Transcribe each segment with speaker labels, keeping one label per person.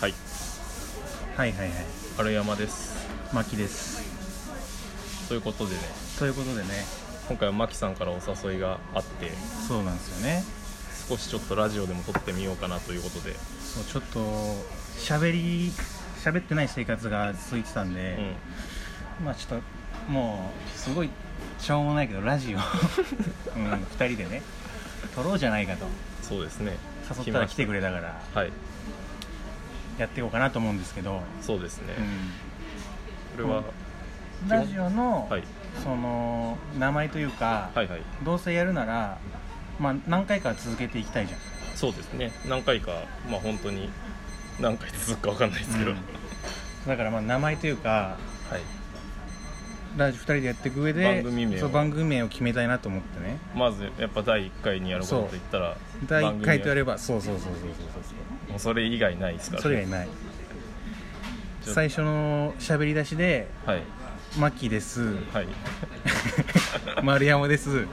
Speaker 1: はい、
Speaker 2: はいはいはい
Speaker 1: 春山です。
Speaker 2: 牧です
Speaker 1: ということでね、
Speaker 2: ということでね
Speaker 1: 今回はマキさんからお誘いがあって、
Speaker 2: そうなんですよね
Speaker 1: 少しちょっとラジオでも撮ってみようかなということで、
Speaker 2: そうちょっと喋り喋ってない生活が続いてたん
Speaker 1: う
Speaker 2: で
Speaker 1: ん、、
Speaker 2: まあちょっともうすごいしょうもないけどラジ オ、うん、2人でね撮ろうじゃないかと
Speaker 1: そうですね。
Speaker 2: 誘ったら来てく
Speaker 1: れ。
Speaker 2: れたから
Speaker 1: はい、
Speaker 2: やっていこうかなと思うんですけど、
Speaker 1: そうですね。
Speaker 2: う
Speaker 1: これは、
Speaker 2: ん、ラジオの、
Speaker 1: はい、
Speaker 2: その名前というか、
Speaker 1: はいはい、
Speaker 2: どうせやるなら、まあ、何回か続けていきたいじゃん
Speaker 1: そうですね。何回か、まあ本当に何回続くかわかんないですけど、
Speaker 2: うん
Speaker 1: はい、
Speaker 2: だからまあ名前というかラジオ2人でやっていく上で
Speaker 1: 番組名を
Speaker 2: そう番組名を決めたいなと思ってね
Speaker 1: まずやっぱ第一回にやることと言ったら、
Speaker 2: 第1回とや
Speaker 1: れ
Speaker 2: ればそうそうそうそうそう
Speaker 1: もうそれ以外ないですか
Speaker 2: そう
Speaker 1: ら。
Speaker 2: それがない
Speaker 1: ちょ
Speaker 2: 最初の喋り出しで
Speaker 1: はい、
Speaker 2: 「マキです」
Speaker 1: はい、
Speaker 2: 「丸山です
Speaker 1: はい、」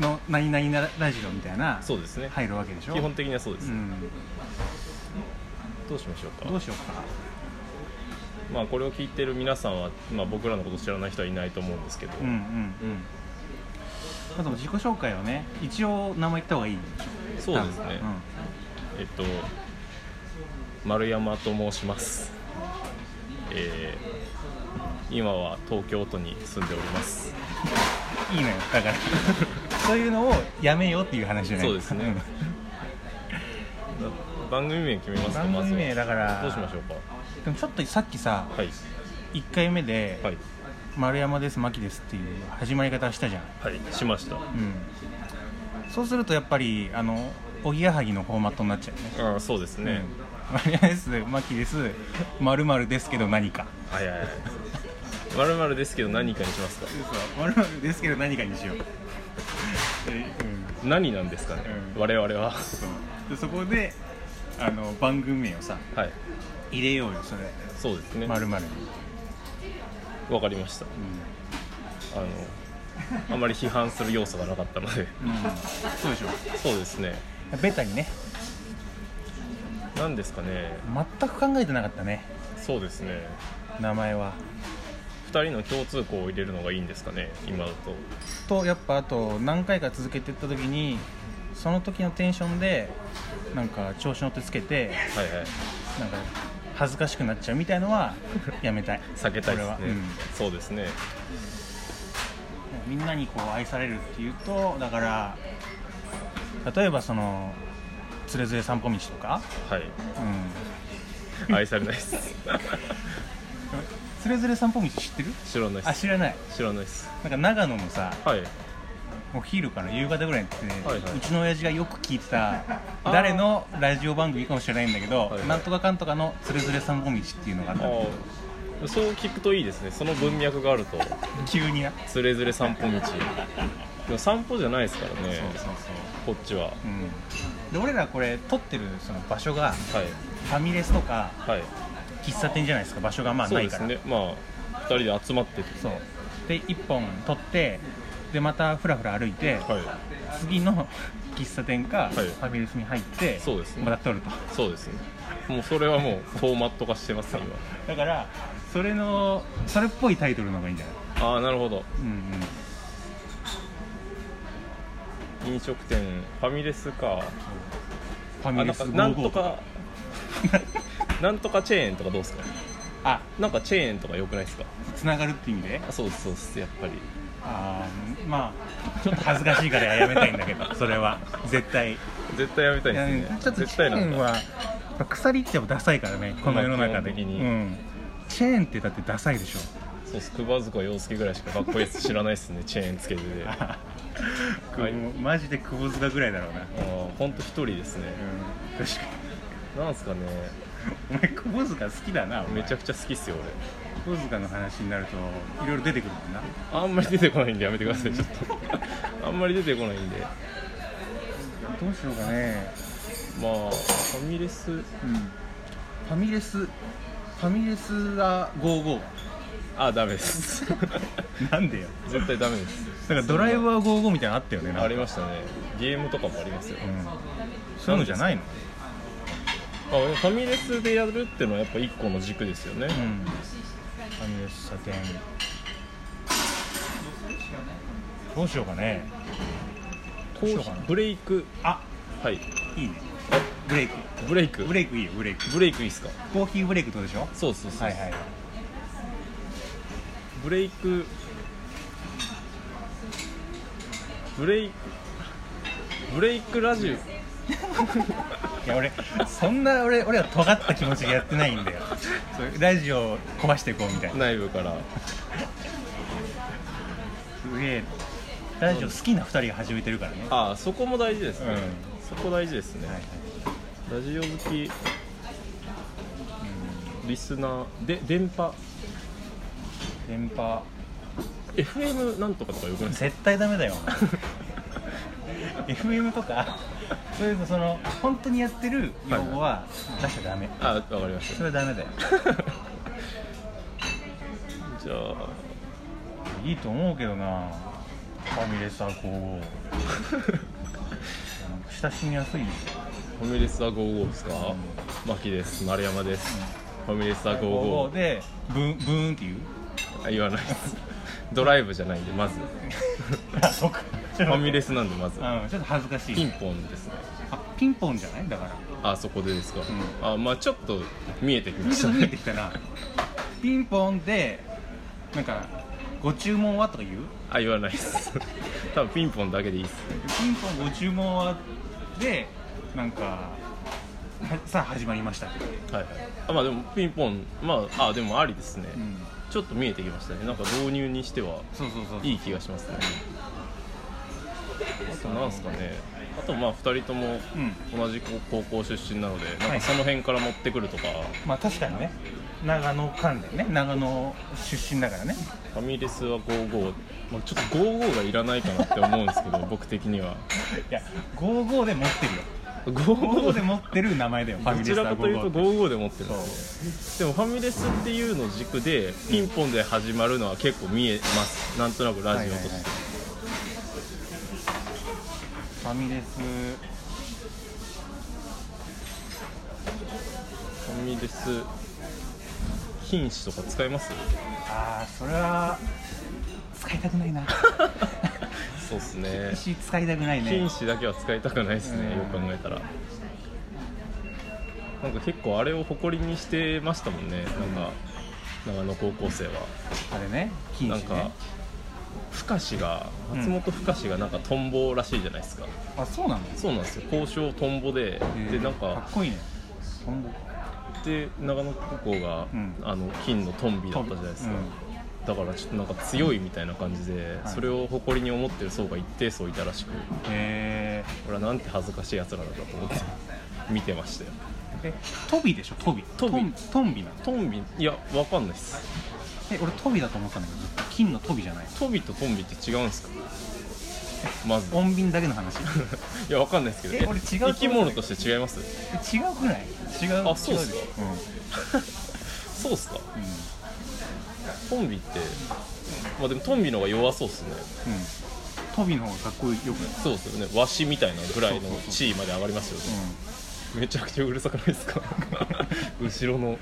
Speaker 2: の「何々なラジオ」みたいな
Speaker 1: そうですね。
Speaker 2: 入るわけでしょ
Speaker 1: 基本的にはそうで
Speaker 2: う
Speaker 1: す、
Speaker 2: ん
Speaker 1: どうしましょうか
Speaker 2: どうしようか
Speaker 1: まあ、これを聞いてる皆さんは、まあ、僕らのこと知らない人はいないと思うんですけど、
Speaker 2: うんうんうんあと自己紹介をね一応名前言った方がいい
Speaker 1: そうですね、えっと丸山と申しますえー今は東京都に住んでおります
Speaker 2: うんいいのよ だからそういうのをやめようっていう話じゃない
Speaker 1: そうですね番組名決めますか
Speaker 2: 番組名だから
Speaker 1: どうしましょう
Speaker 2: でもちょっとさっきさ
Speaker 1: かはい
Speaker 2: 1回目で
Speaker 1: はい
Speaker 2: 「丸山です牧です」っていう始まり方したじゃん、
Speaker 1: はいしました
Speaker 2: うん、そうするとやっぱりあのおぎやはぎのフォーマットになっちゃうね
Speaker 1: あーそうですね、
Speaker 2: うん丸山です牧です〇〇ですけど何か
Speaker 1: はいはいはい まるまるですけど何かにしますか
Speaker 2: 〇〇ですけど何かにしよう、でうん
Speaker 1: 何なんですかね、
Speaker 2: うん
Speaker 1: 我々は
Speaker 2: そうでそこであの番組名をさ
Speaker 1: はい
Speaker 2: 入れようよそれ
Speaker 1: そうですね
Speaker 2: まるまる
Speaker 1: わかりましたあのあまり批判する要素がなかったの で
Speaker 2: うん、うん、そうでしょ
Speaker 1: そうですね
Speaker 2: ベタにね
Speaker 1: 何ですかね
Speaker 2: 全く考えてなかったね
Speaker 1: そうですね
Speaker 2: 名前は
Speaker 1: 2人の共通項を入れるのがいいんですかね今だと
Speaker 2: とやっぱあと何回か続けていった時にその時のテンションでなんか調子乗ってつけて
Speaker 1: はいはい
Speaker 2: なんか恥ずかしくなっちゃうみたいの はやめたい
Speaker 1: 避けたいで
Speaker 2: これ
Speaker 1: す
Speaker 2: は
Speaker 1: ね、そうですね
Speaker 2: うんみんなにこう愛されるっていうとだから例えばその「つれづれ散歩道」とか
Speaker 1: はい
Speaker 2: うん
Speaker 1: 愛されないです
Speaker 2: つれづれ散歩道知ってる
Speaker 1: 知らない
Speaker 2: あ
Speaker 1: です
Speaker 2: 知らない
Speaker 1: 知らないです
Speaker 2: なんか長野のさ
Speaker 1: はい
Speaker 2: お昼から夕方ぐらいに来て、
Speaker 1: はいはいう
Speaker 2: ちの親父がよく聞い てた
Speaker 1: ー
Speaker 2: 誰のラジオ番組かもしれないんだけど、
Speaker 1: はいはい
Speaker 2: なんとかかんとかの「つれづれ散歩道」っていうのがあっ
Speaker 1: あ
Speaker 2: た
Speaker 1: あそう聞くといいですねその文脈があると
Speaker 2: 急にな
Speaker 1: つれづれ散 歩道でも散歩じゃないですからね
Speaker 2: そうそう
Speaker 1: こっちは
Speaker 2: そう、うん、で俺らこれ撮ってるその場所が
Speaker 1: はい
Speaker 2: ファミレスとか
Speaker 1: はい、
Speaker 2: 喫茶店じゃないですか場所がまあ
Speaker 1: そ
Speaker 2: な
Speaker 1: う
Speaker 2: い
Speaker 1: で
Speaker 2: か
Speaker 1: す
Speaker 2: ら
Speaker 1: ねまあ2人で集まってて
Speaker 2: そうで1本撮ってでまたふらふら歩いて、
Speaker 1: はい
Speaker 2: 次の喫茶店か、
Speaker 1: い
Speaker 2: ファミレスに入って
Speaker 1: そうですね
Speaker 2: また撮ると
Speaker 1: そうですねもうそれはもうフォーマット化してますね
Speaker 2: だからそれのそれっぽいタイトルの方がいいんじゃない
Speaker 1: 今ああなるほど
Speaker 2: うんうん
Speaker 1: 飲食店ファミレスか
Speaker 2: ファ
Speaker 1: あ
Speaker 2: ミ
Speaker 1: な
Speaker 2: レ
Speaker 1: ん
Speaker 2: ス
Speaker 1: かなん
Speaker 2: 55
Speaker 1: とか なんとかチェーンとかどうですか
Speaker 2: あ
Speaker 1: なんかチェーンとか良くないですか
Speaker 2: つながるって意味で
Speaker 1: あそうですそうですやっぱり
Speaker 2: あーまあちょっと恥ずかしいからやめたいんだけど それは絶対
Speaker 1: 絶対やめたいですね
Speaker 2: ちょっと
Speaker 1: 絶
Speaker 2: チ
Speaker 1: 対
Speaker 2: ェ
Speaker 1: な
Speaker 2: ー
Speaker 1: ん
Speaker 2: ン
Speaker 1: だ
Speaker 2: はやっぱ鎖ってもダサいからねこの世の中で、
Speaker 1: まあ基本的に
Speaker 2: うん、チェーンってだってダサいでしょ
Speaker 1: そうっす熊塚洋介ぐらいしかかっこいいやつ知らないですねチェーンつけててあはい
Speaker 2: もうマジで窪塚ぐらいだろうな、
Speaker 1: ーほんと一人ですね
Speaker 2: うん、確か
Speaker 1: なんすかね
Speaker 2: にお前窪塚好きだなお前
Speaker 1: めちゃくちゃ好きっすよ
Speaker 2: 窪塚の話になるといろいろ出てくるもんな
Speaker 1: 俺あんまり出てこないんでやめてくださいちょっとあんまり出てこないんで
Speaker 2: どうしようかね、
Speaker 1: まあファミレス
Speaker 2: うん、ファミレスファミレスは55
Speaker 1: あダメです
Speaker 2: なんでよ
Speaker 1: 絶対ダメです
Speaker 2: だからドライバー55みたいなのあったよねなんか
Speaker 1: ありましたねゲームとかもありますよ、
Speaker 2: うんそういうのじゃないの
Speaker 1: あえファミレスでやるっていうのはやっぱ一個の軸ですよね、
Speaker 2: うんファミレス書店どうしようかね
Speaker 1: コーヒーブレイク
Speaker 2: あ
Speaker 1: はい
Speaker 2: いいねブレイク
Speaker 1: ブレイク
Speaker 2: ブレイクいいよブレイク
Speaker 1: ブレイクいいっすか
Speaker 2: コーヒーブレイクどうでしょ
Speaker 1: そうそうそう、
Speaker 2: はいはい
Speaker 1: ブレイクブレイクブレイクラジ
Speaker 2: いや俺そんな俺俺は尖った気持ちでやってないんだよそういうラジオを壊していこうみたい
Speaker 1: オ
Speaker 2: な
Speaker 1: 内部から
Speaker 2: すげえラジオ好きな2人が始めてるからねは
Speaker 1: ああそこも大事ですね、
Speaker 2: うん
Speaker 1: そこ大事ですね、
Speaker 2: いはい
Speaker 1: ラジオ好きリスナーで電波
Speaker 2: 電波
Speaker 1: FM なんとかとかよくないですか
Speaker 2: 絶対ダメだよお前 FM とかそういうのその本当にやってる用語は出しちゃダメ
Speaker 1: あわかりまし
Speaker 2: それはダメだよ
Speaker 1: たじゃあ
Speaker 2: いいと思うけどなファミレスはこうなんか親しみやすいんですよ
Speaker 1: ファミレスは55ですかマキです丸山です、ファミレスは
Speaker 2: こ
Speaker 1: 55
Speaker 2: うでブンブーンって言う
Speaker 1: あ言わないですドライブじゃないんでまず
Speaker 2: あそうかフ
Speaker 1: ファミレ
Speaker 2: ス
Speaker 1: スなんでまず
Speaker 2: うんちょっと恥ずかしい
Speaker 1: ピンポンですね
Speaker 2: あピンポンじゃないだから
Speaker 1: あそこでですか、
Speaker 2: ん
Speaker 1: あまあちょっと見えてきまし
Speaker 2: ちょ
Speaker 1: た
Speaker 2: っと見え
Speaker 1: ね
Speaker 2: てきたなピンポンでなんか「ご注文は?」とか言う
Speaker 1: あ言わないです 多分ピンポンだけでいいです
Speaker 2: ピンポンご注文はでなんかはさあ始まりましたって、
Speaker 1: はいはいあまあでもピンポンまああでもありですね、
Speaker 2: うん、
Speaker 1: ちょっと見えてきましたねなんか導入にしては
Speaker 2: そうそうそう
Speaker 1: い
Speaker 2: い
Speaker 1: い気がしますねあとなんですかねあとまあ2人とも
Speaker 2: うん
Speaker 1: 同じ高校出身なのでなん
Speaker 2: は
Speaker 1: か
Speaker 2: い
Speaker 1: その辺から持ってくるとか、
Speaker 2: まあ確かにね長野関連ね長野出身だからね
Speaker 1: ファミレスは55、まあ、ちょっと55がいらないかなって思うんです けど僕的にはい
Speaker 2: や55で持ってるよ
Speaker 1: 55
Speaker 2: 55で持ってる名前だよファ
Speaker 1: ど
Speaker 2: ミ
Speaker 1: ち
Speaker 2: レス
Speaker 1: ら
Speaker 2: は
Speaker 1: かというと
Speaker 2: 55
Speaker 1: 55で持ってますでもファミレスっていうの軸でピンポンで始まるのは結構見えますなんとなくラジオとして、
Speaker 2: はいはいはいファミレス
Speaker 1: ファミレス品種とか使います
Speaker 2: ああそれは使いたくな いな
Speaker 1: そうっすね
Speaker 2: 石使いたくないね
Speaker 1: 品種だけは使いたくないですね
Speaker 2: うん
Speaker 1: よく考えたらなんか結構あれを誇りにしてましたもんねなんか長野高校生は
Speaker 2: あれね禁
Speaker 1: なん
Speaker 2: 止
Speaker 1: か
Speaker 2: ね
Speaker 1: 深志が
Speaker 2: うん
Speaker 1: 松本深志がなんかトンボらしいじゃないですか、
Speaker 2: あそうなんです
Speaker 1: そうなんですよ交渉トンボででなん
Speaker 2: か
Speaker 1: か
Speaker 2: っこいいねトンボ
Speaker 1: で長野高校が、
Speaker 2: うん
Speaker 1: あの金のトンビだったじゃないですか、だからちょっとなんか強いみたいな感じで、
Speaker 2: はい
Speaker 1: それを誇りに思ってる層が一定層いたらしく
Speaker 2: へ
Speaker 1: 俺はなんて恥ずかしいやつらだと思って見てましたよ
Speaker 2: えトビでしょトビ
Speaker 1: トビ
Speaker 2: トントンビなの
Speaker 1: トンビいやわかんないっす
Speaker 2: え俺トビだと思ったんだけどずっと金のトビじゃない
Speaker 1: トビとトンビって違うんですかまず
Speaker 2: 穏便だけの 話
Speaker 1: いやわかんないですけど
Speaker 2: え俺違うと思う
Speaker 1: 生き物として違います
Speaker 2: 違うくない違う
Speaker 1: あそうっすか
Speaker 2: 違よ
Speaker 1: そうっすか
Speaker 2: うん、うん
Speaker 1: トンビってまあでもトンビの方が弱そうっすね
Speaker 2: うん、トビの方がかっこよくない
Speaker 1: そうっすよねワシみたいなぐらいの
Speaker 2: そうそうそう
Speaker 1: 地位まで上がりますよねめちゃくちゃうるさくないです か後ろの
Speaker 2: うん、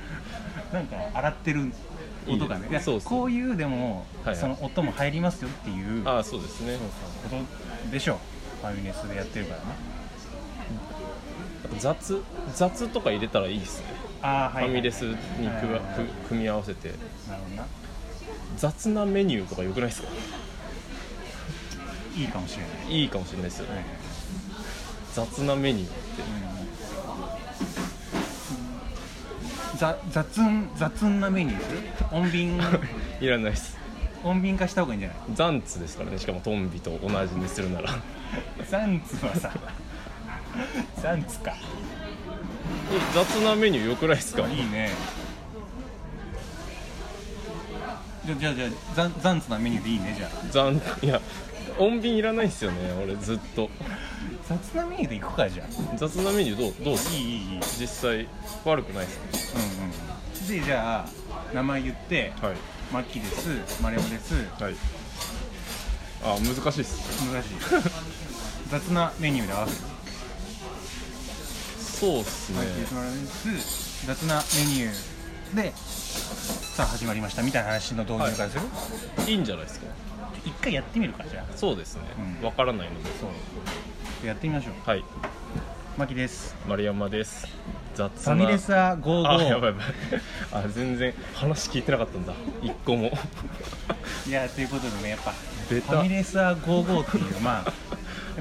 Speaker 2: なんか洗ってる音がね
Speaker 1: いいね
Speaker 2: いや
Speaker 1: そうそう
Speaker 2: こういうでも、
Speaker 1: はいはい
Speaker 2: その音も入りますよっていう
Speaker 1: ああそうですね
Speaker 2: そうそうことでしょファミレスでやってるからね
Speaker 1: あと雑雑とか入れたらいいですね
Speaker 2: ああはい、
Speaker 1: ファミレスに組
Speaker 2: はいはいはい
Speaker 1: く組み合わせて
Speaker 2: なるほどな
Speaker 1: 雑なメニューとかよくないですか
Speaker 2: いいかもしれない
Speaker 1: いいかもしれないですよね
Speaker 2: はい
Speaker 1: 雑なメニュー
Speaker 2: ざ雑ん雑んなメニューにする穏便
Speaker 1: いらないです
Speaker 2: 穏便化した方がいいんじゃない
Speaker 1: ザンツですからねしかもトンビと同じにするなら
Speaker 2: ザンツはさザンツか
Speaker 1: 雑なメニューよくないですか
Speaker 2: いいねじゃじゃじゃザンザンツなメニューでいいねじゃあ
Speaker 1: ザンいや穏便いらないですよね俺ずっと
Speaker 2: 雑なメニューでいくかじゃ
Speaker 1: 雑なメニューどうどうっ
Speaker 2: あ
Speaker 1: す
Speaker 2: いいいいいいうんうん
Speaker 1: 実際悪くないですね
Speaker 2: でじゃあ名前言って
Speaker 1: はい
Speaker 2: マッキーです丸山です
Speaker 1: はいあ難しいっす
Speaker 2: 難しい雑なメニューで合わせる
Speaker 1: そうっすね
Speaker 2: 入ってもらいつつ雑なメニューでさあ始まりましたみたいな話の導入からする、
Speaker 1: いいんじゃないですか
Speaker 2: 一回やってみるかじゃあ
Speaker 1: そうですね
Speaker 2: うん
Speaker 1: わ、からないので
Speaker 2: そうやってみましょう
Speaker 1: はい
Speaker 2: マキです
Speaker 1: 丸山です雑な
Speaker 2: ファミレス
Speaker 1: あ
Speaker 2: は
Speaker 1: やばい
Speaker 2: 55
Speaker 1: やばいあ全然話聞いてなかったんだ一個も
Speaker 2: いやということでねやっぱ
Speaker 1: ベ
Speaker 2: ファ
Speaker 1: タ
Speaker 2: ミレスは55っていう まあ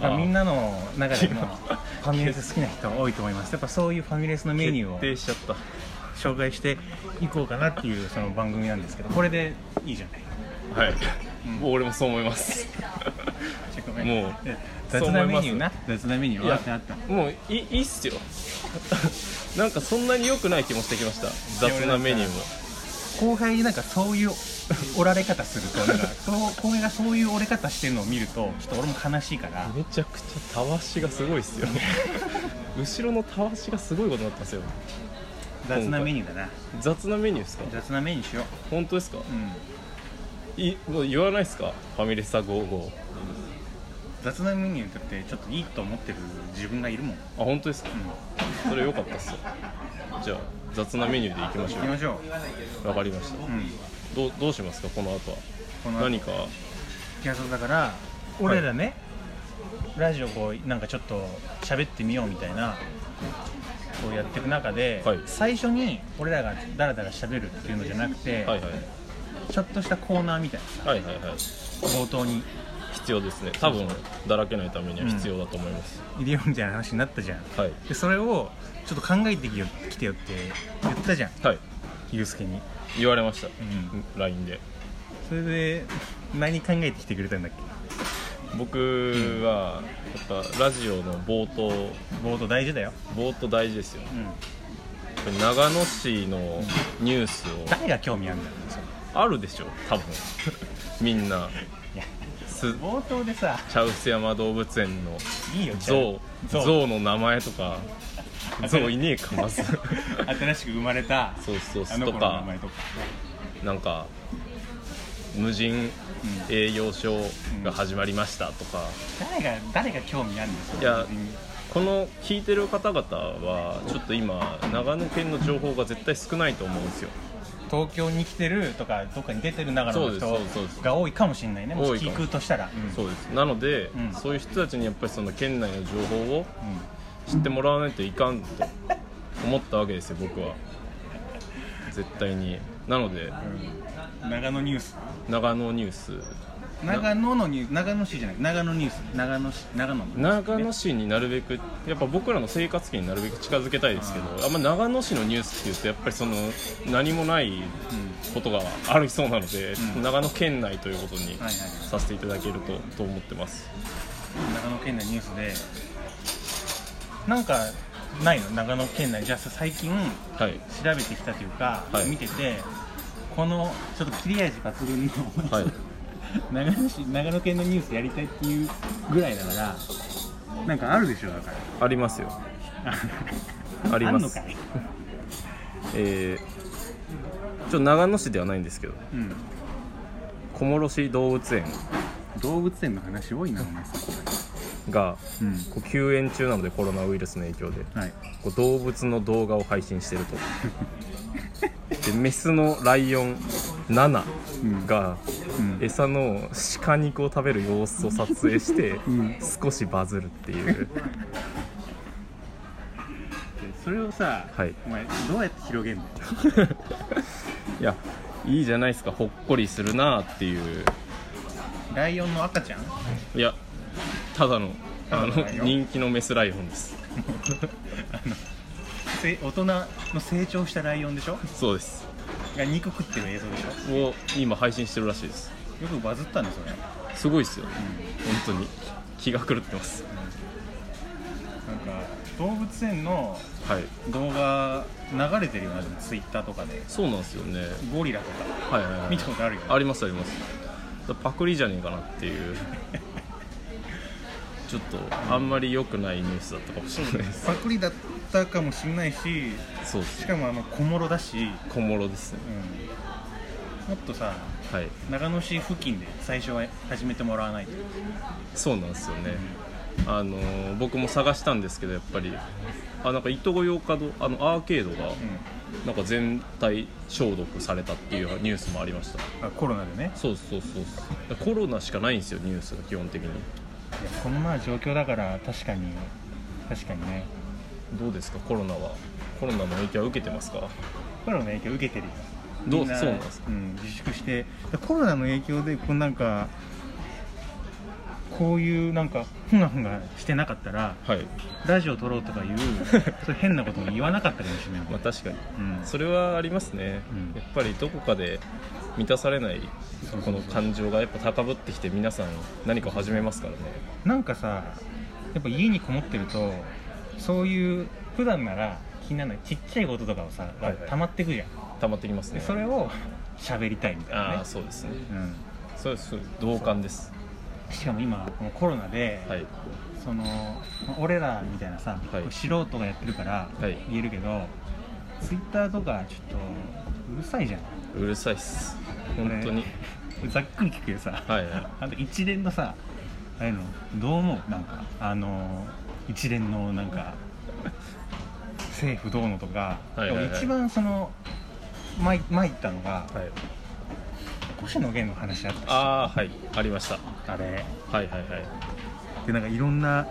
Speaker 2: やっぱみんなの中でも
Speaker 1: あ
Speaker 2: ファミレス好きな人多いと思いますやっぱそういうファミレスのメニューを
Speaker 1: 決定しちゃった
Speaker 2: 紹介していこうかなっていうその番組なんですけどこれでいいじゃない
Speaker 1: はい、
Speaker 2: うん
Speaker 1: もう俺もそう思いますもう
Speaker 2: 雑なメニューな雑なメニュー
Speaker 1: いや
Speaker 2: はあったあった
Speaker 1: もういいいいっすよ なんかそんなに良くない気もしてきました雑なメニューも
Speaker 2: 後輩になんかそう いう折られ方するとなんかそう後輩がそういう折れ方してるのを見るとちょっと俺も悲しいから
Speaker 1: めちゃくちゃたわしがすごいっすよ 後ろのたわしがすごいことになったんですよ
Speaker 2: 雑なメニューだな
Speaker 1: 雑なメニューですか
Speaker 2: 雑なメニューしよ
Speaker 1: 本当ですか
Speaker 2: う、うん、
Speaker 1: いもう言わないですかファミレスタ55あ
Speaker 2: 雑なメニューだってちょっといいと思ってる自分がいるもん、うん、
Speaker 1: 本当ですかそれ良かったっすよじゃあ雑なメニューでいきまし
Speaker 2: 行きましょ
Speaker 1: ょうわかりました
Speaker 2: う、うん、
Speaker 1: どうどうしますかこの後は
Speaker 2: この
Speaker 1: 何か
Speaker 2: いやそうだから俺らね、ラジオこうなんかちょっと喋ってみようみたいなこうやっていく中で、
Speaker 1: はい
Speaker 2: 最初に俺らがダラダラ喋るっていうのじゃなくて、
Speaker 1: はいはい
Speaker 2: ちょっとしたコーナーみたい
Speaker 1: はいはいはい
Speaker 2: な冒頭に
Speaker 1: 必要ですね多分だらけないためには必要だと思います、
Speaker 2: 入れようみたいな話になったじゃん
Speaker 1: はい
Speaker 2: でそれをちょっと考えてきよきてよって言ったじゃん
Speaker 1: はい
Speaker 2: ゆうすけに、
Speaker 1: 言われました
Speaker 2: うん、
Speaker 1: LINE で
Speaker 2: それで何考えてきてくれたんだっけ
Speaker 1: 僕はやっぱラジオの冒頭
Speaker 2: 冒頭大事だよ、
Speaker 1: 冒頭大事ですよ
Speaker 2: うん、
Speaker 1: 長野市のニュースを
Speaker 2: 誰が興味あるんだろうねそれ
Speaker 1: あるでしょ多 分みんない
Speaker 2: や
Speaker 1: す
Speaker 2: 冒頭でさ
Speaker 1: 茶臼山動物園の
Speaker 2: いいよ
Speaker 1: 象
Speaker 2: ゾウ
Speaker 1: 象の名前とか象いねえかまず
Speaker 2: 新しく生まれた
Speaker 1: そうそう
Speaker 2: あ
Speaker 1: そう
Speaker 2: の
Speaker 1: と
Speaker 2: 子の名
Speaker 1: か
Speaker 2: 前とか
Speaker 1: なんか無人
Speaker 2: うん
Speaker 1: 栄養症が始まりましたとか、
Speaker 2: 誰が誰が興味あるんですか
Speaker 1: いやこの聞いてる方々はちょっと今長野県の情報が絶対少ないと思うんですよ
Speaker 2: 東京に来てるとかどっかに出てる長野の
Speaker 1: そうですそうですそうで
Speaker 2: 人
Speaker 1: す
Speaker 2: が多いかもしれないねも
Speaker 1: 多い
Speaker 2: し
Speaker 1: かも
Speaker 2: 聞くとしたら
Speaker 1: そうですなので、
Speaker 2: うん
Speaker 1: そういう人たちにやっぱりその県内の情報を
Speaker 2: うんうん
Speaker 1: 知ってもらわないといかんと思ったわけですよ僕は絶対になので
Speaker 2: 長野ニュース
Speaker 1: 長野ニュース
Speaker 2: 長野のニュース長野市じゃない長野ニュース長野市長野のニュース
Speaker 1: 長野市になるべくやっぱ僕らの生活圏になるべく近づけたいですけどあんま長野市のニュースっていうとやっぱりその何もないことがありそうなので、
Speaker 2: うん
Speaker 1: 長野県内ということに
Speaker 2: はいはい
Speaker 1: させていただけるとと思ってます
Speaker 2: 長野県内ニュースでなんかないの長野県内じゃあさ最近
Speaker 1: はい
Speaker 2: 調べてきたというか、
Speaker 1: はい
Speaker 2: 見ててこのちょっと切れ味抜群の、
Speaker 1: はい
Speaker 2: 長野市長野県のニュースやりたいっていうぐらいだからなんかあるでしょだから
Speaker 1: あり ますよあり
Speaker 2: あん
Speaker 1: ま
Speaker 2: の
Speaker 1: す
Speaker 2: かい、
Speaker 1: えー、ちょっと長野市ではないんですけど
Speaker 2: うん、
Speaker 1: 小諸市動物園
Speaker 2: 動物園の話多いなお前さ
Speaker 1: が
Speaker 2: うん
Speaker 1: こう休園中なのでコロナウイルスの影響で
Speaker 2: はい
Speaker 1: こう動物の動画を配信してると でメスのライオンナナ
Speaker 2: うん
Speaker 1: が
Speaker 2: うん
Speaker 1: 餌の鹿肉を食べる様子を撮影して
Speaker 2: ん
Speaker 1: 少しバズるっていう
Speaker 2: それをさ、
Speaker 1: はい
Speaker 2: お前どうやって広げんの
Speaker 1: いやいいじゃないですかほっこりするなっていう
Speaker 2: ライオンの赤ちゃん
Speaker 1: いやただのあ
Speaker 2: ただのライオ
Speaker 1: の
Speaker 2: ン
Speaker 1: 人気のメスライオンです
Speaker 2: せ大人の成長したライオンでしょ
Speaker 1: そうです
Speaker 2: が肉食ってる映像でしょ
Speaker 1: を今配信してるらしいです
Speaker 2: よくバズったねそれ
Speaker 1: すごいですよ本当に気が狂ってます
Speaker 2: なんか動物園の
Speaker 1: はい
Speaker 2: 動画流れてるよなでもツイッターとかで
Speaker 1: そうなんですよね
Speaker 2: ゴリラとか
Speaker 1: はいはい、はい、
Speaker 2: 見たことあるよね
Speaker 1: ありますありますだパクリじゃねえかなっていうちょっとあんまり良くないニュースだったかもしれないです
Speaker 2: パクリだったかもしれないし
Speaker 1: そうです
Speaker 2: しかもあの小諸だし、うん、
Speaker 1: 小諸ですね
Speaker 2: もっとさ
Speaker 1: はい
Speaker 2: 長野市付近で最初は始めてもらわないと
Speaker 1: そうなんですよねあのー僕も探したんですけどやっぱりあなんか糸魚川堂あのアーケードがなんか全体消毒されたっていうニュースもありました
Speaker 2: あコロナでね
Speaker 1: そうそうそうそうコロナしかないんですよニュースが基本的に
Speaker 2: いやこんな状況だから確かに確かにね
Speaker 1: どうですかコロナはコロナの影響は受けてますか
Speaker 2: コロナの影響受けてるよ
Speaker 1: どう
Speaker 2: みな
Speaker 1: そうなんですか
Speaker 2: ん、自粛してコロナの影響でこうなんかこういうなんかふんがふんがしてなかったら
Speaker 1: はい
Speaker 2: ラジオ撮ろう とかいうそういう変なことも言わなかったかもしれない、
Speaker 1: まあ確かに
Speaker 2: うん、
Speaker 1: それはありますね、
Speaker 2: うん
Speaker 1: やっぱりどこかで満たされない
Speaker 2: そうそう
Speaker 1: この感情がやっぱ高ぶってきて皆さん何かを始めますからね
Speaker 2: なんかさやっぱ家にこもってるとそういう普段なら気にならないちっちゃいこととかをさ、
Speaker 1: はいはい
Speaker 2: 溜まってくじゃん
Speaker 1: 溜まってきます
Speaker 2: で
Speaker 1: ね
Speaker 2: それを喋りたいみたいな
Speaker 1: あ
Speaker 2: ね
Speaker 1: あ、そうですね
Speaker 2: うん、
Speaker 1: そうです同感です
Speaker 2: しかも今このコロナで、
Speaker 1: はい
Speaker 2: その俺らみたいなさ、
Speaker 1: はい
Speaker 2: 素人がやってるから
Speaker 1: はい
Speaker 2: 言えるけど、ツイッターとかちょっとうるさいじゃん
Speaker 1: うるさいっす本当に
Speaker 2: ざっくり聞くけどさ、
Speaker 1: はいはい
Speaker 2: あと一連のさあれのどう思うなんかあの一連のなんか政府どうのとか、
Speaker 1: はいはいはい
Speaker 2: でも一番そのまい参ったのが
Speaker 1: はい
Speaker 2: 越野源の話あったし
Speaker 1: ああはいありました
Speaker 2: あれ
Speaker 1: はいはいは
Speaker 2: でなんかいろんな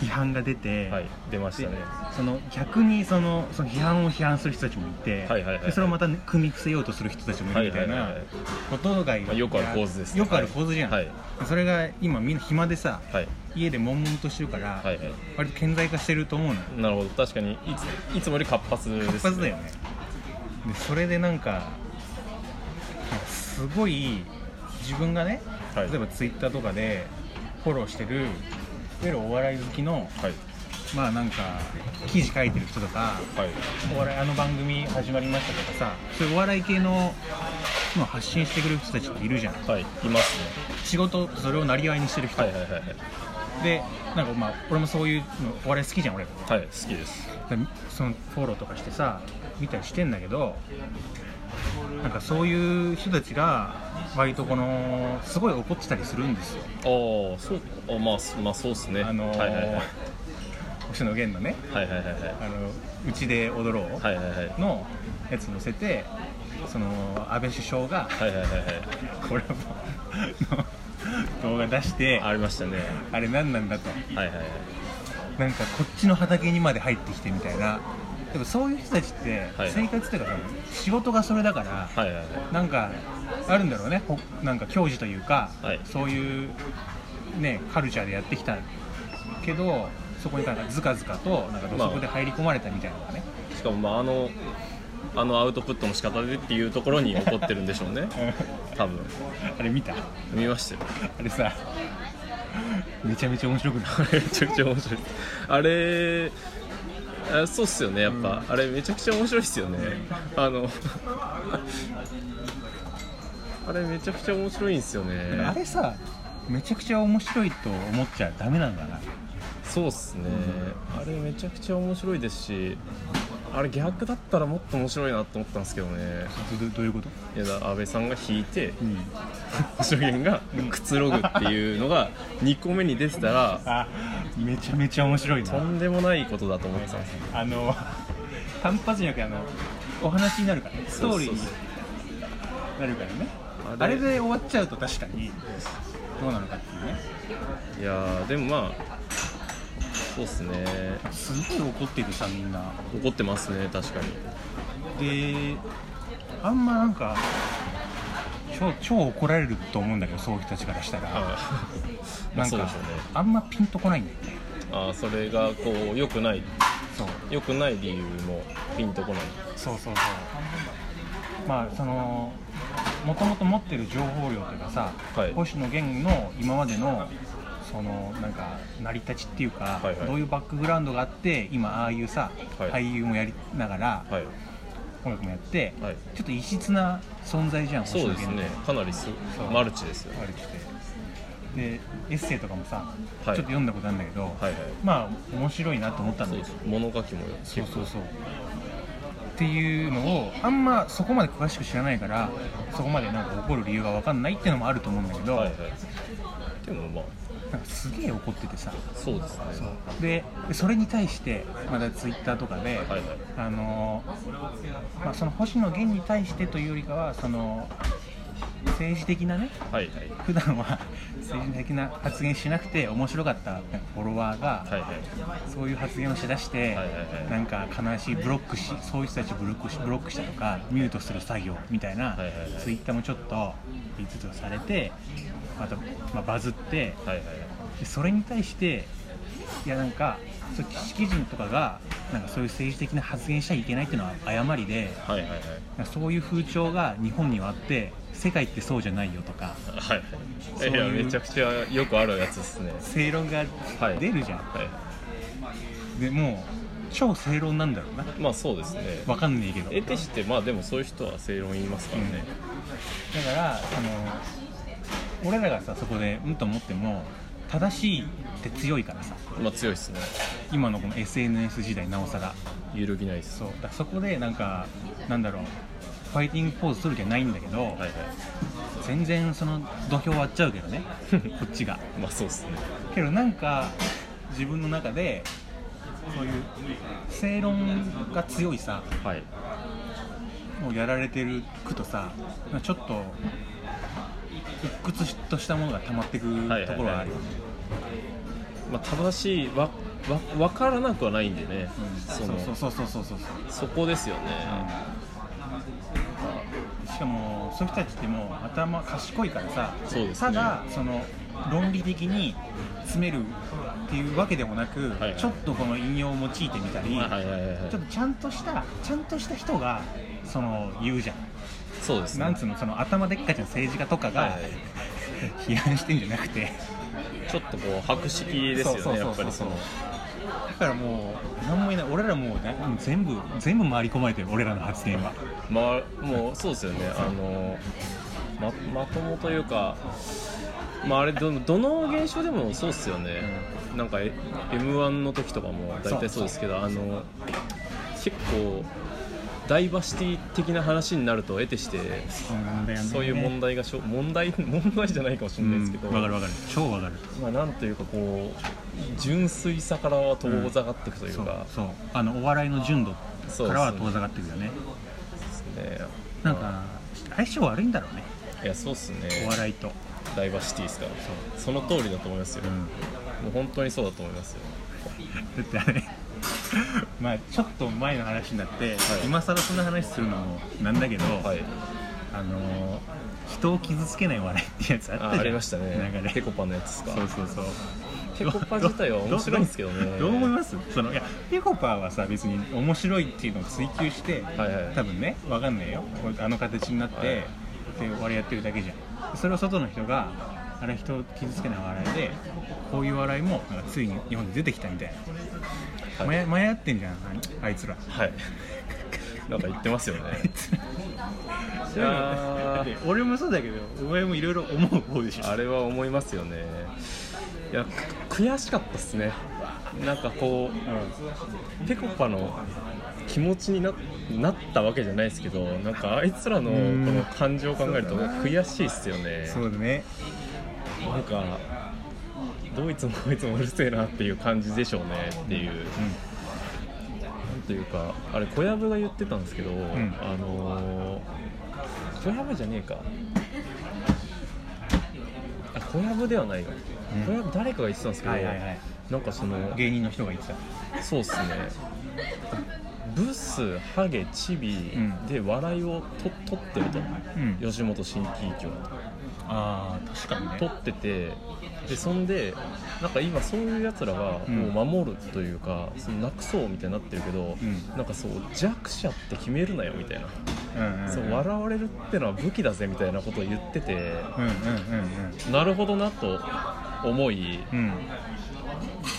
Speaker 2: 批判が出て、
Speaker 1: いはい出まし
Speaker 2: で
Speaker 1: たね
Speaker 2: その逆にそのその批判を批判する人たちもいて、
Speaker 1: はいはいはい
Speaker 2: でそれをまたね組み伏せようとする人たちもい
Speaker 1: は
Speaker 2: る
Speaker 1: い
Speaker 2: みた
Speaker 1: はい
Speaker 2: い
Speaker 1: はいは
Speaker 2: なことが
Speaker 1: まあよくある構図ですね
Speaker 2: よくある構図じゃん、
Speaker 1: はい
Speaker 2: それが今みんな暇でさ
Speaker 1: いはい
Speaker 2: 家で悶々としてるから、
Speaker 1: はいは
Speaker 2: 割と顕在化してると思うのよ
Speaker 1: いなるほど確かにいついつもより活発です、ね、
Speaker 2: 活発だよねでそれでなんかなんかすごい自分がね、
Speaker 1: はい
Speaker 2: 例えばツイッターとかでフォローしてるいわゆるお笑い好きの
Speaker 1: はい
Speaker 2: まあなんか記事書いてる人とか
Speaker 1: はい
Speaker 2: お笑いあの番組始まりましたとかさそういうお笑い系のの発信してくる人たちっているじゃん
Speaker 1: はいいますね
Speaker 2: 仕事それをなりわいにしてる人、
Speaker 1: はいはいはいはい
Speaker 2: でなんかまあ俺もそういうのお笑い好きじゃん俺
Speaker 1: はい好きです
Speaker 2: でそのフォローとかしてさ見たりしてんだけどなんかそういう人たちが割とこのすごい怒ってたりするんですよ
Speaker 1: ああそうあまあすまあそうですね
Speaker 2: あのー
Speaker 1: はいはいはい
Speaker 2: 星野源のね
Speaker 1: はいはいはいはい
Speaker 2: あのうちで踊ろう、
Speaker 1: はいはいはい
Speaker 2: のやつ載せてその安倍首相が
Speaker 1: はいはいはいはい
Speaker 2: コラボの動画出して
Speaker 1: ありましたね
Speaker 2: あれ何なんだと
Speaker 1: はいはいはい
Speaker 2: なんかこっちの畑にまで入ってきてみたいなでもそういう人たちって
Speaker 1: はい
Speaker 2: 生活というかさ仕事がそれだから
Speaker 1: はいはいはい
Speaker 2: なんかあるんだろうねほなんか教授というか、
Speaker 1: はい
Speaker 2: そういうねカルチャーでやってきたけどそこになんかずかずかとなんか土足で入り込まれたみたいなのがね、
Speaker 1: しかもまああのあのアウトプットの仕方でっていうところに怒ってるんでしょう ね多分
Speaker 2: あれ見た
Speaker 1: 見ましたよ
Speaker 2: あれさめちゃめちゃ面白くない
Speaker 1: あれめちゃくちゃ面白いあれあそうっすよねやっぱ、あれめちゃくちゃ面白いっすよねあの あれめちゃくちゃ面白いんすよね
Speaker 2: あれさめちゃくちゃ面白いと思っちゃダメなんだな
Speaker 1: そうっすね、あれめちゃくちゃ面白いですしあれ逆だったらもっと面白いなと思ったんですけどね
Speaker 2: どどういうこと、
Speaker 1: いや安倍さんが引いて
Speaker 2: うん、
Speaker 1: 星野源がくつろぐっていうのが2個目 に出てたら
Speaker 2: あめちゃめちゃ面白い
Speaker 1: と
Speaker 2: なん
Speaker 1: でもないことだと思ってたんですよ
Speaker 2: あの単発じゃなくてあのお話になるからねストーリーに
Speaker 1: そうそう
Speaker 2: なるからね
Speaker 1: あれ
Speaker 2: あれで終わっちゃうと確かにどうなのかっていうね
Speaker 1: いやーでもまあそうっすね
Speaker 2: すごい怒ってるさみんな
Speaker 1: 怒ってますね確かに
Speaker 2: であんまなんか超超怒られると思うんだけどそういう人たちからしたら
Speaker 1: あーま
Speaker 2: な
Speaker 1: あ
Speaker 2: ん
Speaker 1: そうで
Speaker 2: か
Speaker 1: しょうね
Speaker 2: あんまピンとこないんだよね
Speaker 1: あーそれがこう良くない
Speaker 2: そう
Speaker 1: 良くない理由もピンとこない
Speaker 2: そうそうそうまあそのもともと持ってる情報量というかさ、
Speaker 1: はい
Speaker 2: 星野源の今までのそのなんか成り立ちっていうか、
Speaker 1: はいはい
Speaker 2: どういうバックグラウンドがあって今ああいうさ、
Speaker 1: はい
Speaker 2: 俳優もやりながら
Speaker 1: はい
Speaker 2: 音楽もやって、
Speaker 1: はい
Speaker 2: ちょっと異質な存在じゃん星
Speaker 1: そ
Speaker 2: 野
Speaker 1: うです
Speaker 2: 源って
Speaker 1: ねかなりす
Speaker 2: そう
Speaker 1: マルチですよ
Speaker 2: あれ来てでエッセイとかもさ、ちょ
Speaker 1: は
Speaker 2: っ
Speaker 1: い
Speaker 2: と読んだことあるんだけど、
Speaker 1: はいはい
Speaker 2: まあ面白いなと思ったん
Speaker 1: そ
Speaker 2: だ
Speaker 1: う
Speaker 2: け
Speaker 1: で
Speaker 2: ど
Speaker 1: す物書きも
Speaker 2: そ
Speaker 1: 結
Speaker 2: う
Speaker 1: 構
Speaker 2: そうそうっていうのをあんまそこまで詳しく知らないからそこまでなんか怒る理由が分かんないっていうのもあると思うんだけど、
Speaker 1: はいはいでもまあ
Speaker 2: なんかすげえ怒っててさ
Speaker 1: そうですね
Speaker 2: そうででそれに対してまだツイッターとかで、
Speaker 1: はいはい
Speaker 2: あのまあ、その星野源に対してというよりかはその政治的なね
Speaker 1: はいはい
Speaker 2: 普段は政治的な発言しなくて面白かったフォロワーが、
Speaker 1: はいはい
Speaker 2: そういう発言をしだして、
Speaker 1: はいはいはい
Speaker 2: なんか悲しいブロックしそういう人たちをブロックしブロックしたとかミュートする作業みたいな、
Speaker 1: はいはいはい
Speaker 2: ツイッターもちょっとリツイートされてまた、まあ、バズって
Speaker 1: はいはい
Speaker 2: でそれに対していやなんかそう知識人とかがなんかそういう政治的な発言しちゃいけないっていうのは誤りで
Speaker 1: はいはいはい
Speaker 2: なんかそういう風潮が日本にはあって世界ってそうじゃないよとか
Speaker 1: はい
Speaker 2: そう
Speaker 1: い
Speaker 2: いう
Speaker 1: やめちゃくちゃよくあるやつですね
Speaker 2: 正論が
Speaker 1: はい
Speaker 2: 出るじゃん、
Speaker 1: はい
Speaker 2: でもう超正論なんだろうな
Speaker 1: まあそうですね
Speaker 2: わかんねえけど
Speaker 1: 得てしてまあでもそういう人は正論言いますからね、
Speaker 2: だからその俺らがさそこでうんと思っても正しいって強いからさ
Speaker 1: まあ強いですね
Speaker 2: 今のこの SNS 時代なおさら
Speaker 1: 揺るぎないです
Speaker 2: そうだからそこでなんかなんだろうファイティングポーズする気はないんだけど、
Speaker 1: はいは
Speaker 2: 全然その土俵割っちゃうけどね こっちが
Speaker 1: いまあそうですね
Speaker 2: けどなんか自分の中でそういう正論が強いさ
Speaker 1: はい
Speaker 2: もうやられてる句とさちょっと鬱屈としたものが溜まってく
Speaker 1: はいはい
Speaker 2: ところはあるよね、
Speaker 1: まあ正しいわわ分からなくはないんでね、その
Speaker 2: うん、そうそうそうそうそうそう
Speaker 1: そこですよね、
Speaker 2: しかもそういう人たちってもう頭賢いからさ
Speaker 1: そうです
Speaker 2: た
Speaker 1: ね
Speaker 2: だその論理的に詰めるっていうわけでもなく、
Speaker 1: はいはい
Speaker 2: ちょっとこの引用を用いてみたり、
Speaker 1: はいはいはいはい
Speaker 2: ちょっとちゃんとしたちゃんとした人がその言うじゃん、
Speaker 1: そうですね
Speaker 2: なんつうのその頭でっかちの政治家とかが、
Speaker 1: はいはい
Speaker 2: 批判してんじゃなくて
Speaker 1: ちょっとこう博識ですよ
Speaker 2: そう
Speaker 1: ね
Speaker 2: そ
Speaker 1: やっ
Speaker 2: うそ
Speaker 1: ぱ
Speaker 2: う
Speaker 1: りそ
Speaker 2: そう
Speaker 1: の
Speaker 2: だからもう何も言えない俺らもうね全部全部回り込まれてる俺らの発言は
Speaker 1: まあもうそうですよねあのままともというかまああれどどの現象でもそうですよね、なんか m 1の時とかも大体そうですけどあの結構ダイバーシティ的な話になると得てしてそういう問題がしょ問題問題じゃないかもしれないですけど、
Speaker 2: うんわかるわかる超わかる
Speaker 1: まあ、なんというかこう純粋さからは遠ざかっていくという
Speaker 2: そう
Speaker 1: か、
Speaker 2: そうあのお笑いの純度
Speaker 1: そう
Speaker 2: からは遠ざかっていくよね
Speaker 1: ね
Speaker 2: なんか相性悪いんだろうね
Speaker 1: いやそうっすね
Speaker 2: お笑いと、
Speaker 1: ダイバーシティですからその通りだと思いますよ、
Speaker 2: う
Speaker 1: も
Speaker 2: ん、
Speaker 1: う本当にそうだと思いますよ
Speaker 2: だってあれ まあちょっと前の話になって、
Speaker 1: い
Speaker 2: 今更そんな話するのもなんだけど、
Speaker 1: はい
Speaker 2: あのー人を傷つけない笑いってやつあっ
Speaker 1: あ
Speaker 2: たじゃん
Speaker 1: ありました
Speaker 2: なん
Speaker 1: ね
Speaker 2: か
Speaker 1: ペ
Speaker 2: ね
Speaker 1: コパのやつです
Speaker 2: そ
Speaker 1: か
Speaker 2: うそうそう
Speaker 1: ペコパ自体は面白いんですけどね
Speaker 2: どう思いますそのいやペコパはさ別に面白いっていうのを追求して、
Speaker 1: はいはい
Speaker 2: 多分ねわかんないよこうあの形になって、
Speaker 1: はい
Speaker 2: で俺やってるだけじゃんそれを外の人があれ人を傷つけない笑いでこういう笑いもなんかついに日本で出てきたみたい
Speaker 1: は
Speaker 2: な、
Speaker 1: い、
Speaker 2: まや迷ってんじゃんああいつら
Speaker 1: はい、 なんか言ってますよね
Speaker 2: あいつら
Speaker 1: い
Speaker 2: だ
Speaker 1: や
Speaker 2: って
Speaker 1: ー
Speaker 2: 俺もそうだけどお前もいろいろ思う方でしょ
Speaker 1: あれは思いますよねいや悔しかったっすねなんかこうぺこぱの気持ちにななったわけじゃないですけどなんかあいつらのこ
Speaker 2: うん
Speaker 1: の感情を考えると
Speaker 2: そうだな
Speaker 1: 悔しいっすよね
Speaker 2: そうだね
Speaker 1: なんかどいつもこいつもうるせえなっていう感じでしょうねっていう、
Speaker 2: う
Speaker 1: なんていうかあれ小籔が言ってたんですけど、
Speaker 2: ん
Speaker 1: あのー小籔じゃねえかあ小籔ではないよ、
Speaker 2: う
Speaker 1: 小
Speaker 2: ん
Speaker 1: 籔誰かが言ってたんですけど、
Speaker 2: はいはいはい
Speaker 1: なんかその
Speaker 2: ん芸人の人が言ってた
Speaker 1: そうっすねブスハゲチビ
Speaker 2: うん
Speaker 1: で笑いをと取ってると、
Speaker 2: ん
Speaker 1: 吉本新喜劇は
Speaker 2: ああ確かにね
Speaker 1: 取っててでそんでなんか今そういうやつらが
Speaker 2: うん
Speaker 1: もう守るというか、そのなくそうみたいになってるけど、
Speaker 2: うん
Speaker 1: なんかそう弱者って決めるなよみたいな、
Speaker 2: うんうん
Speaker 1: そう笑われるってのは武器だぜみたいなことを言ってて、
Speaker 2: うんうん
Speaker 1: なるほどなと思い
Speaker 2: うんうんうん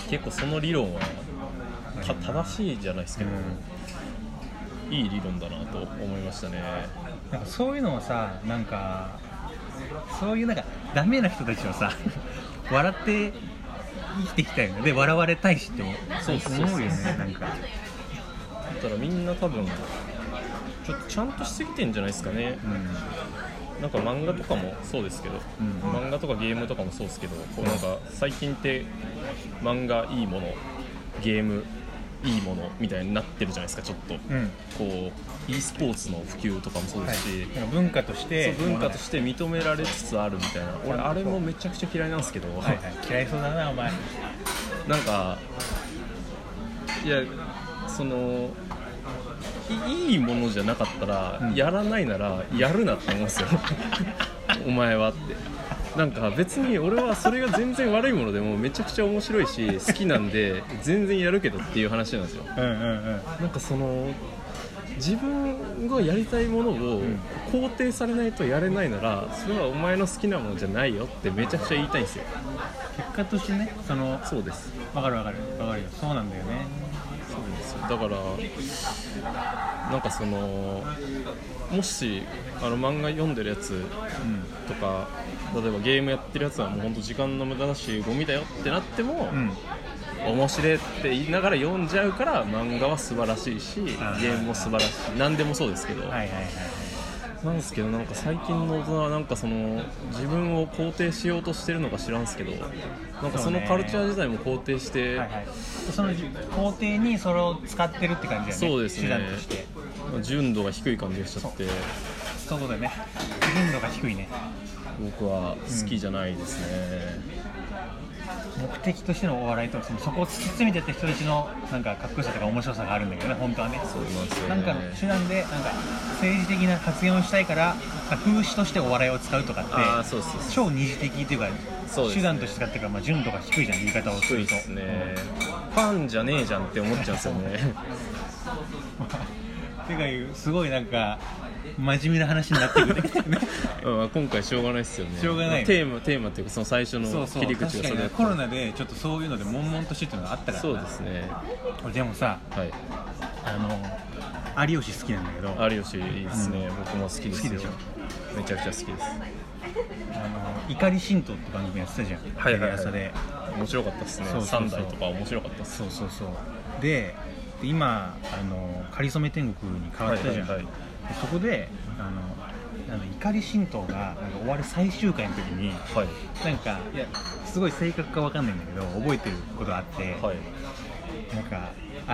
Speaker 1: 結構その理論はた正しいじゃないですけど、いい理論だなと思いましたね
Speaker 2: なんかそういうのをさなんかそういうなんかダメな人たちをさ 笑って生きてきたよねで笑われたいしって思
Speaker 1: そうそうそう
Speaker 2: 思うよねなんか
Speaker 1: だからみんな多分ちょっとちゃんとしすぎてんじゃないですかね
Speaker 2: うん
Speaker 1: なんか漫画とかもそうですけど、
Speaker 2: うん
Speaker 1: 漫画とかゲームとかもそうですけどこうなんか最近って漫画いいものゲームいいものみたいになってるじゃないですかちょっと、
Speaker 2: うん
Speaker 1: こう e スポーツの普及とかもそうで
Speaker 2: はい
Speaker 1: すし、、
Speaker 2: なんか文化として
Speaker 1: そう文化としてて認められつつあるみたいな俺あれもめちゃくちゃ嫌いなんですけど、
Speaker 2: はいはい、嫌いそうだなお前
Speaker 1: なんかいやそのいいいものじゃなかったら、
Speaker 2: うん
Speaker 1: やらないならやるなって思うん ですよお前はってなんか別に俺はそれが全然悪いものでもめちゃくちゃ面白いし好きなんで全然やるけどっていう話なんですよ
Speaker 2: うんうんうん
Speaker 1: なんかその自分がやりたいものを
Speaker 2: ん
Speaker 1: 肯定されないとやれないならそれはお前の好きなものじゃないよってめちゃくちゃ言いたいんですよ
Speaker 2: 結果としてねその
Speaker 1: そうです
Speaker 2: わかるわかるわかるよそうなんだよね
Speaker 1: そうなんですよだからなんかそのもしあの漫画読んでるやつ
Speaker 2: う
Speaker 1: とか例えばゲームやってるやつはもうほんと時間の無駄だしゴミだよってなっても、
Speaker 2: んうん
Speaker 1: 面白いって言いながら読んじゃうから漫画は素晴らしいしゲ
Speaker 2: あー
Speaker 1: ームも素晴らしい何でもそうですけど、
Speaker 2: はいはいはいはい
Speaker 1: なんですけどなんか最近の大人はなんかその自分を肯定しようとしてるのか知らんすけどなんかそのカルチャー自体も肯定して、
Speaker 2: はいはいその工程にそれを使ってるって感じだよね
Speaker 1: そうですね
Speaker 2: 手段として
Speaker 1: 純度が低い感じがしちゃって。
Speaker 2: そういうことだよね頻度が低いね
Speaker 1: 僕は好きじゃないですね、
Speaker 2: 目的としてのお笑いとそのそこを突き詰めてった人たちのなんかかっこよさとか面白さがあるんだけどね本当はね
Speaker 1: そうなんですよね
Speaker 2: なんかの手段でなんか政治的な発言をしたいから風刺としてお笑いを使うとかって
Speaker 1: ああそうそうそう
Speaker 2: 超二次的というか
Speaker 1: そうですね
Speaker 2: 手段として使ってるから、まあ、純度が低いじゃん言い方をす
Speaker 1: 低い
Speaker 2: る
Speaker 1: で
Speaker 2: と
Speaker 1: すね、ファンじゃねえじゃんって思っちゃうんですよ ね
Speaker 2: てかいうすごいなんか真面目な話になってくるね
Speaker 1: うん今回しょうがないですよね
Speaker 2: しょうがないよ
Speaker 1: テーマテーマっていうか その最初の
Speaker 2: そうそう
Speaker 1: 切り口がそ
Speaker 2: 確
Speaker 1: れ
Speaker 2: かに
Speaker 1: だ
Speaker 2: ね
Speaker 1: った
Speaker 2: コロナでちょっとそういうので悶々としてっていうのがあったから
Speaker 1: そうですね
Speaker 2: 俺でもさ
Speaker 1: は
Speaker 2: あの有吉好きなんだけど
Speaker 1: い有吉いいですね、僕も好きで
Speaker 2: 好
Speaker 1: す
Speaker 2: きで
Speaker 1: よ
Speaker 2: しょ
Speaker 1: めちゃくちゃ好きです
Speaker 2: あの怒り神道って番組やってたじゃん、
Speaker 1: はいはいはい
Speaker 2: テレ朝で
Speaker 1: 面白かったですね
Speaker 2: そうそうそ
Speaker 1: 三
Speaker 2: う
Speaker 1: 代とか面白かったです
Speaker 2: そうそうそうでで今あの「かりそめ天国」に変わったじゃん、
Speaker 1: はいはいは
Speaker 2: でそこであのあの怒り神道がなんか終わる最終回の時に
Speaker 1: はい
Speaker 2: なんかいやすごい性格かわかんないんだけど覚えてることがあって、
Speaker 1: はい
Speaker 2: なんか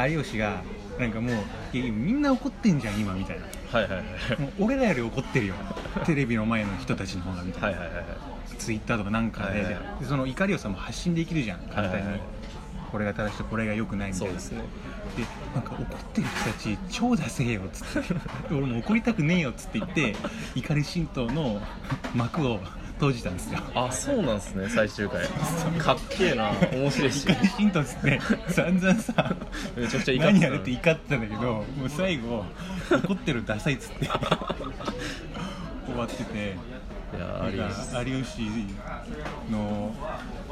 Speaker 2: 有吉がなんかもういやいやみんな怒ってんじゃん今みたいな
Speaker 1: はいはいはい
Speaker 2: もう俺らより怒ってるよテレビの前の人たちの方がみたいな、
Speaker 1: はいはいはいはい
Speaker 2: ツイッターとかなんかで,、
Speaker 1: はいはい
Speaker 2: でその怒りをさもう発信できるじゃん簡単に、
Speaker 1: はいはいはい
Speaker 2: これが正しくこれが良くないみた
Speaker 1: そ
Speaker 2: いうな
Speaker 1: ですね
Speaker 2: でなんか怒ってる人たち超ダセえよっつって 俺もう怒りたくねえよっつって言って怒り神道の幕を閉じた んですよ
Speaker 1: あそうなんですね最終回かっけえな面白いし
Speaker 2: 怒り神道っつって散々さ
Speaker 1: めちゃくちゃ怒ってた
Speaker 2: 何やるって怒ってたんだけどもう最後怒ってるダサいっつって 終わってて
Speaker 1: いや
Speaker 2: な
Speaker 1: ー
Speaker 2: ん
Speaker 1: 有吉さん
Speaker 2: か有吉の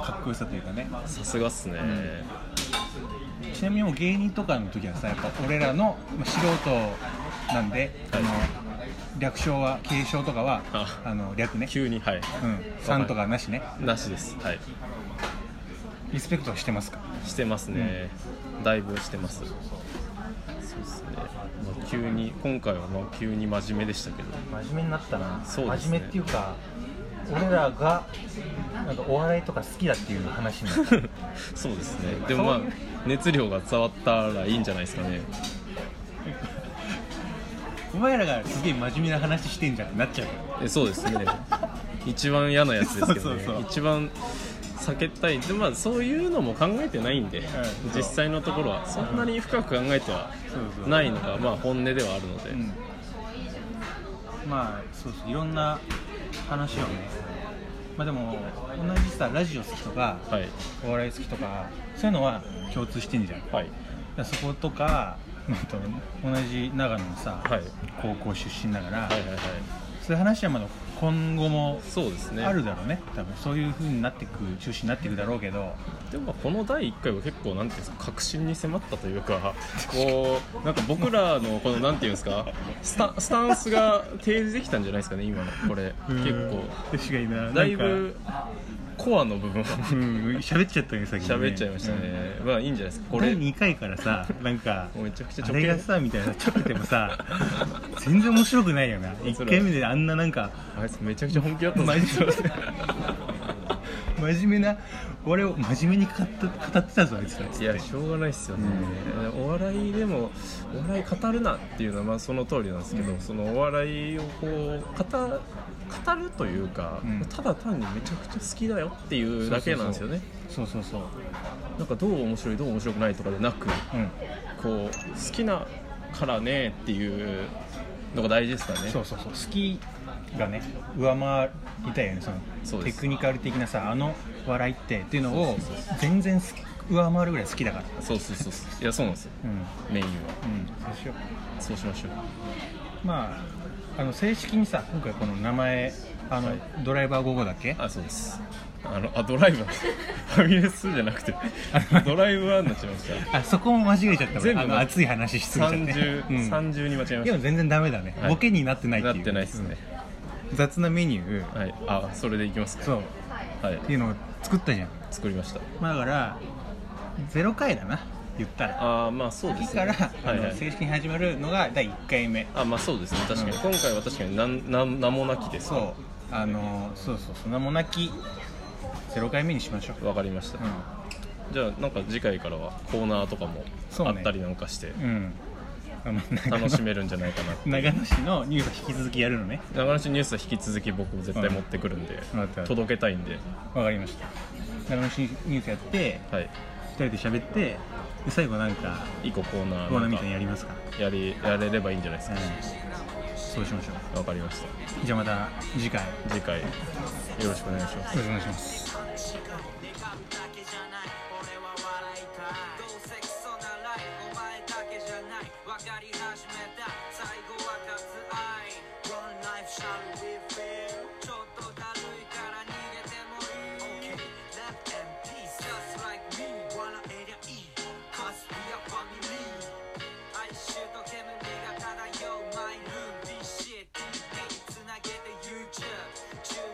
Speaker 2: かっこよさというかね
Speaker 1: さすがっすね、
Speaker 2: ちなみにもう芸人とかの時はさやっぱ俺らのまあ素人なんで、
Speaker 1: はい
Speaker 2: あの略称は継承とかは
Speaker 1: あ
Speaker 2: あの略ね
Speaker 1: 急にはい
Speaker 2: うんさんとかなしね
Speaker 1: なしですはい
Speaker 2: リスペクトはしてますか
Speaker 1: してますね、だいぶしてますそうですね、まあ、急に今回はまあ急に真面目でしたけど
Speaker 2: 真面目になったな
Speaker 1: そうですね真面目っていう
Speaker 2: か俺らがなんかお笑いとか好きだっていう話になった
Speaker 1: そうですねでもまあ
Speaker 2: そう
Speaker 1: 熱量が伝わったらいいんじゃないですかね
Speaker 2: お前らがすげえ真面目な話してんじゃんってなっちゃうよ
Speaker 1: えそうですね一番嫌なやつですけどね
Speaker 2: そうそうそう
Speaker 1: 一番避けたいでまあそういうのも考えてないんで、
Speaker 2: うん
Speaker 1: 実際のところはそんなに深く考えては
Speaker 2: そうそう
Speaker 1: ないのがまあ本音ではあるので、
Speaker 2: うんまあそうそういろんな話をねまあでも同じさラジオ好きとか
Speaker 1: はい
Speaker 2: お笑い好きとかそういうのは共通してんじゃんだか
Speaker 1: はい
Speaker 2: らそことかあと同じ長野のさ、
Speaker 1: はい
Speaker 2: 高校出身だから、
Speaker 1: はいはいはい
Speaker 2: そういう話はまだ今後も
Speaker 1: そうですね
Speaker 2: あるだろうね多分そういう風になってく中心になっていくだろうけど
Speaker 1: でもこの第1回は結構なんていうんですか確信に迫ったというかこうなんか僕らのこのなんていうんですかスタスタンスが提示できたんじゃないですかね今のこれ結構
Speaker 2: 確かにな
Speaker 1: だいぶコアの部分を
Speaker 2: うん喋っちゃったね先にね
Speaker 1: 喋っちゃいましたね、まあいいんじゃないですか
Speaker 2: こ
Speaker 1: こ
Speaker 2: れ
Speaker 1: れ
Speaker 2: 2回か らさなんか
Speaker 1: もうめちゃくちゃ
Speaker 2: あ
Speaker 1: 直
Speaker 2: れが
Speaker 1: 径
Speaker 2: さみたいなちょっとでも さ全然面白くないよな1回目であんななんか
Speaker 1: あいつめちゃくちゃ本気だったん
Speaker 2: マ
Speaker 1: で
Speaker 2: ジ
Speaker 1: すよ
Speaker 2: で真面目な俺を真面目に語って語ってたぞあいつら
Speaker 1: いやしょうがないっすよね、お笑いでもお笑い語るなっていうのはまあその通りなんですけど、
Speaker 2: うん
Speaker 1: そのお笑いをこう語語るというか、
Speaker 2: うん
Speaker 1: ただ単にめちゃくちゃ好きだよっていうだけなんですよね
Speaker 2: そうそうそう
Speaker 1: なんかどう面白いどう面白くないとかでなく
Speaker 2: う
Speaker 1: こう
Speaker 2: ん
Speaker 1: 好きなからねっていうのが大事ですからね
Speaker 2: そうそうそう好きがね上回りたいよねそ
Speaker 1: そ
Speaker 2: の
Speaker 1: う
Speaker 2: テ
Speaker 1: です
Speaker 2: クニカル的なさあの笑いってっていうのを
Speaker 1: そうそうそ
Speaker 2: 全然好き上回るぐらい好きだから
Speaker 1: そうそうそうそういやそうなんですよ
Speaker 2: うん
Speaker 1: メインは
Speaker 2: うんそうしよ
Speaker 1: そうしましょう
Speaker 2: うまああの正式にさ今回この名前あの、
Speaker 1: はい
Speaker 2: ドライバー5号だっけ
Speaker 1: あそうですあのあドライバー ファミレスじゃなくてドライバーになっちゃいました
Speaker 2: あそこも間違えちゃった俺
Speaker 1: 全部
Speaker 2: あの熱い話しすぎちゃって、
Speaker 1: 30,
Speaker 2: うん
Speaker 1: 30に間違えまし
Speaker 2: でも全然ダメだね、
Speaker 1: はい
Speaker 2: ボケになってない
Speaker 1: た
Speaker 2: ってい
Speaker 1: なっ
Speaker 2: う
Speaker 1: てないですね、
Speaker 2: うん雑なメニュー、
Speaker 1: はいあそれでいきますか
Speaker 2: そう
Speaker 1: はい
Speaker 2: っていうのを作ったじゃん
Speaker 1: 作りました
Speaker 2: まあだから0回だな言ったら
Speaker 1: ああまあそうで
Speaker 2: 次
Speaker 1: す
Speaker 2: か
Speaker 1: ね
Speaker 2: ら、
Speaker 1: はいは
Speaker 2: あの
Speaker 1: い
Speaker 2: 正式に始まるのが第1回目
Speaker 1: あまあそうですね確かに、今回は確かになんなん名もなきです
Speaker 2: そうあのそうそうそんなもなき0回目にしましょう、
Speaker 1: わかりました、じゃあなんか次回からはコーナーとかも
Speaker 2: そう
Speaker 1: あ
Speaker 2: ね
Speaker 1: ったりなんかして
Speaker 2: うん、うんあの長野
Speaker 1: 楽しめるんじゃない かなって
Speaker 2: 長野市のニュース引き続きやるのね
Speaker 1: 長野市ニュースは引き続き僕絶対持ってくるんで、
Speaker 2: わかった
Speaker 1: 届けたいんで
Speaker 2: わかりました長野市ニュースやって
Speaker 1: はい
Speaker 2: 2人で喋ってで最後なんか
Speaker 1: 一個コーナ
Speaker 2: コーナー
Speaker 1: ー
Speaker 2: み
Speaker 1: な
Speaker 2: たい
Speaker 1: ん
Speaker 2: にや
Speaker 1: か
Speaker 2: りますか、
Speaker 1: やりやれればいいんじゃないです
Speaker 2: うん
Speaker 1: か、
Speaker 2: そうしましょう
Speaker 1: わかりました
Speaker 2: じゃあまた次回よ
Speaker 1: 次回よろしくお願いします
Speaker 2: ろしくお願いします
Speaker 3: 俺は笑いたいどうせクソなライフお前だけじゃない分かり始めた最後は割愛 One life shall we fail ちょっとだるいから逃げてもいい OK left and peace just like me 笑えりゃいい Cause we are family 哀愁と煙が漂うマイルーム This shit 手につなげて YouTube 中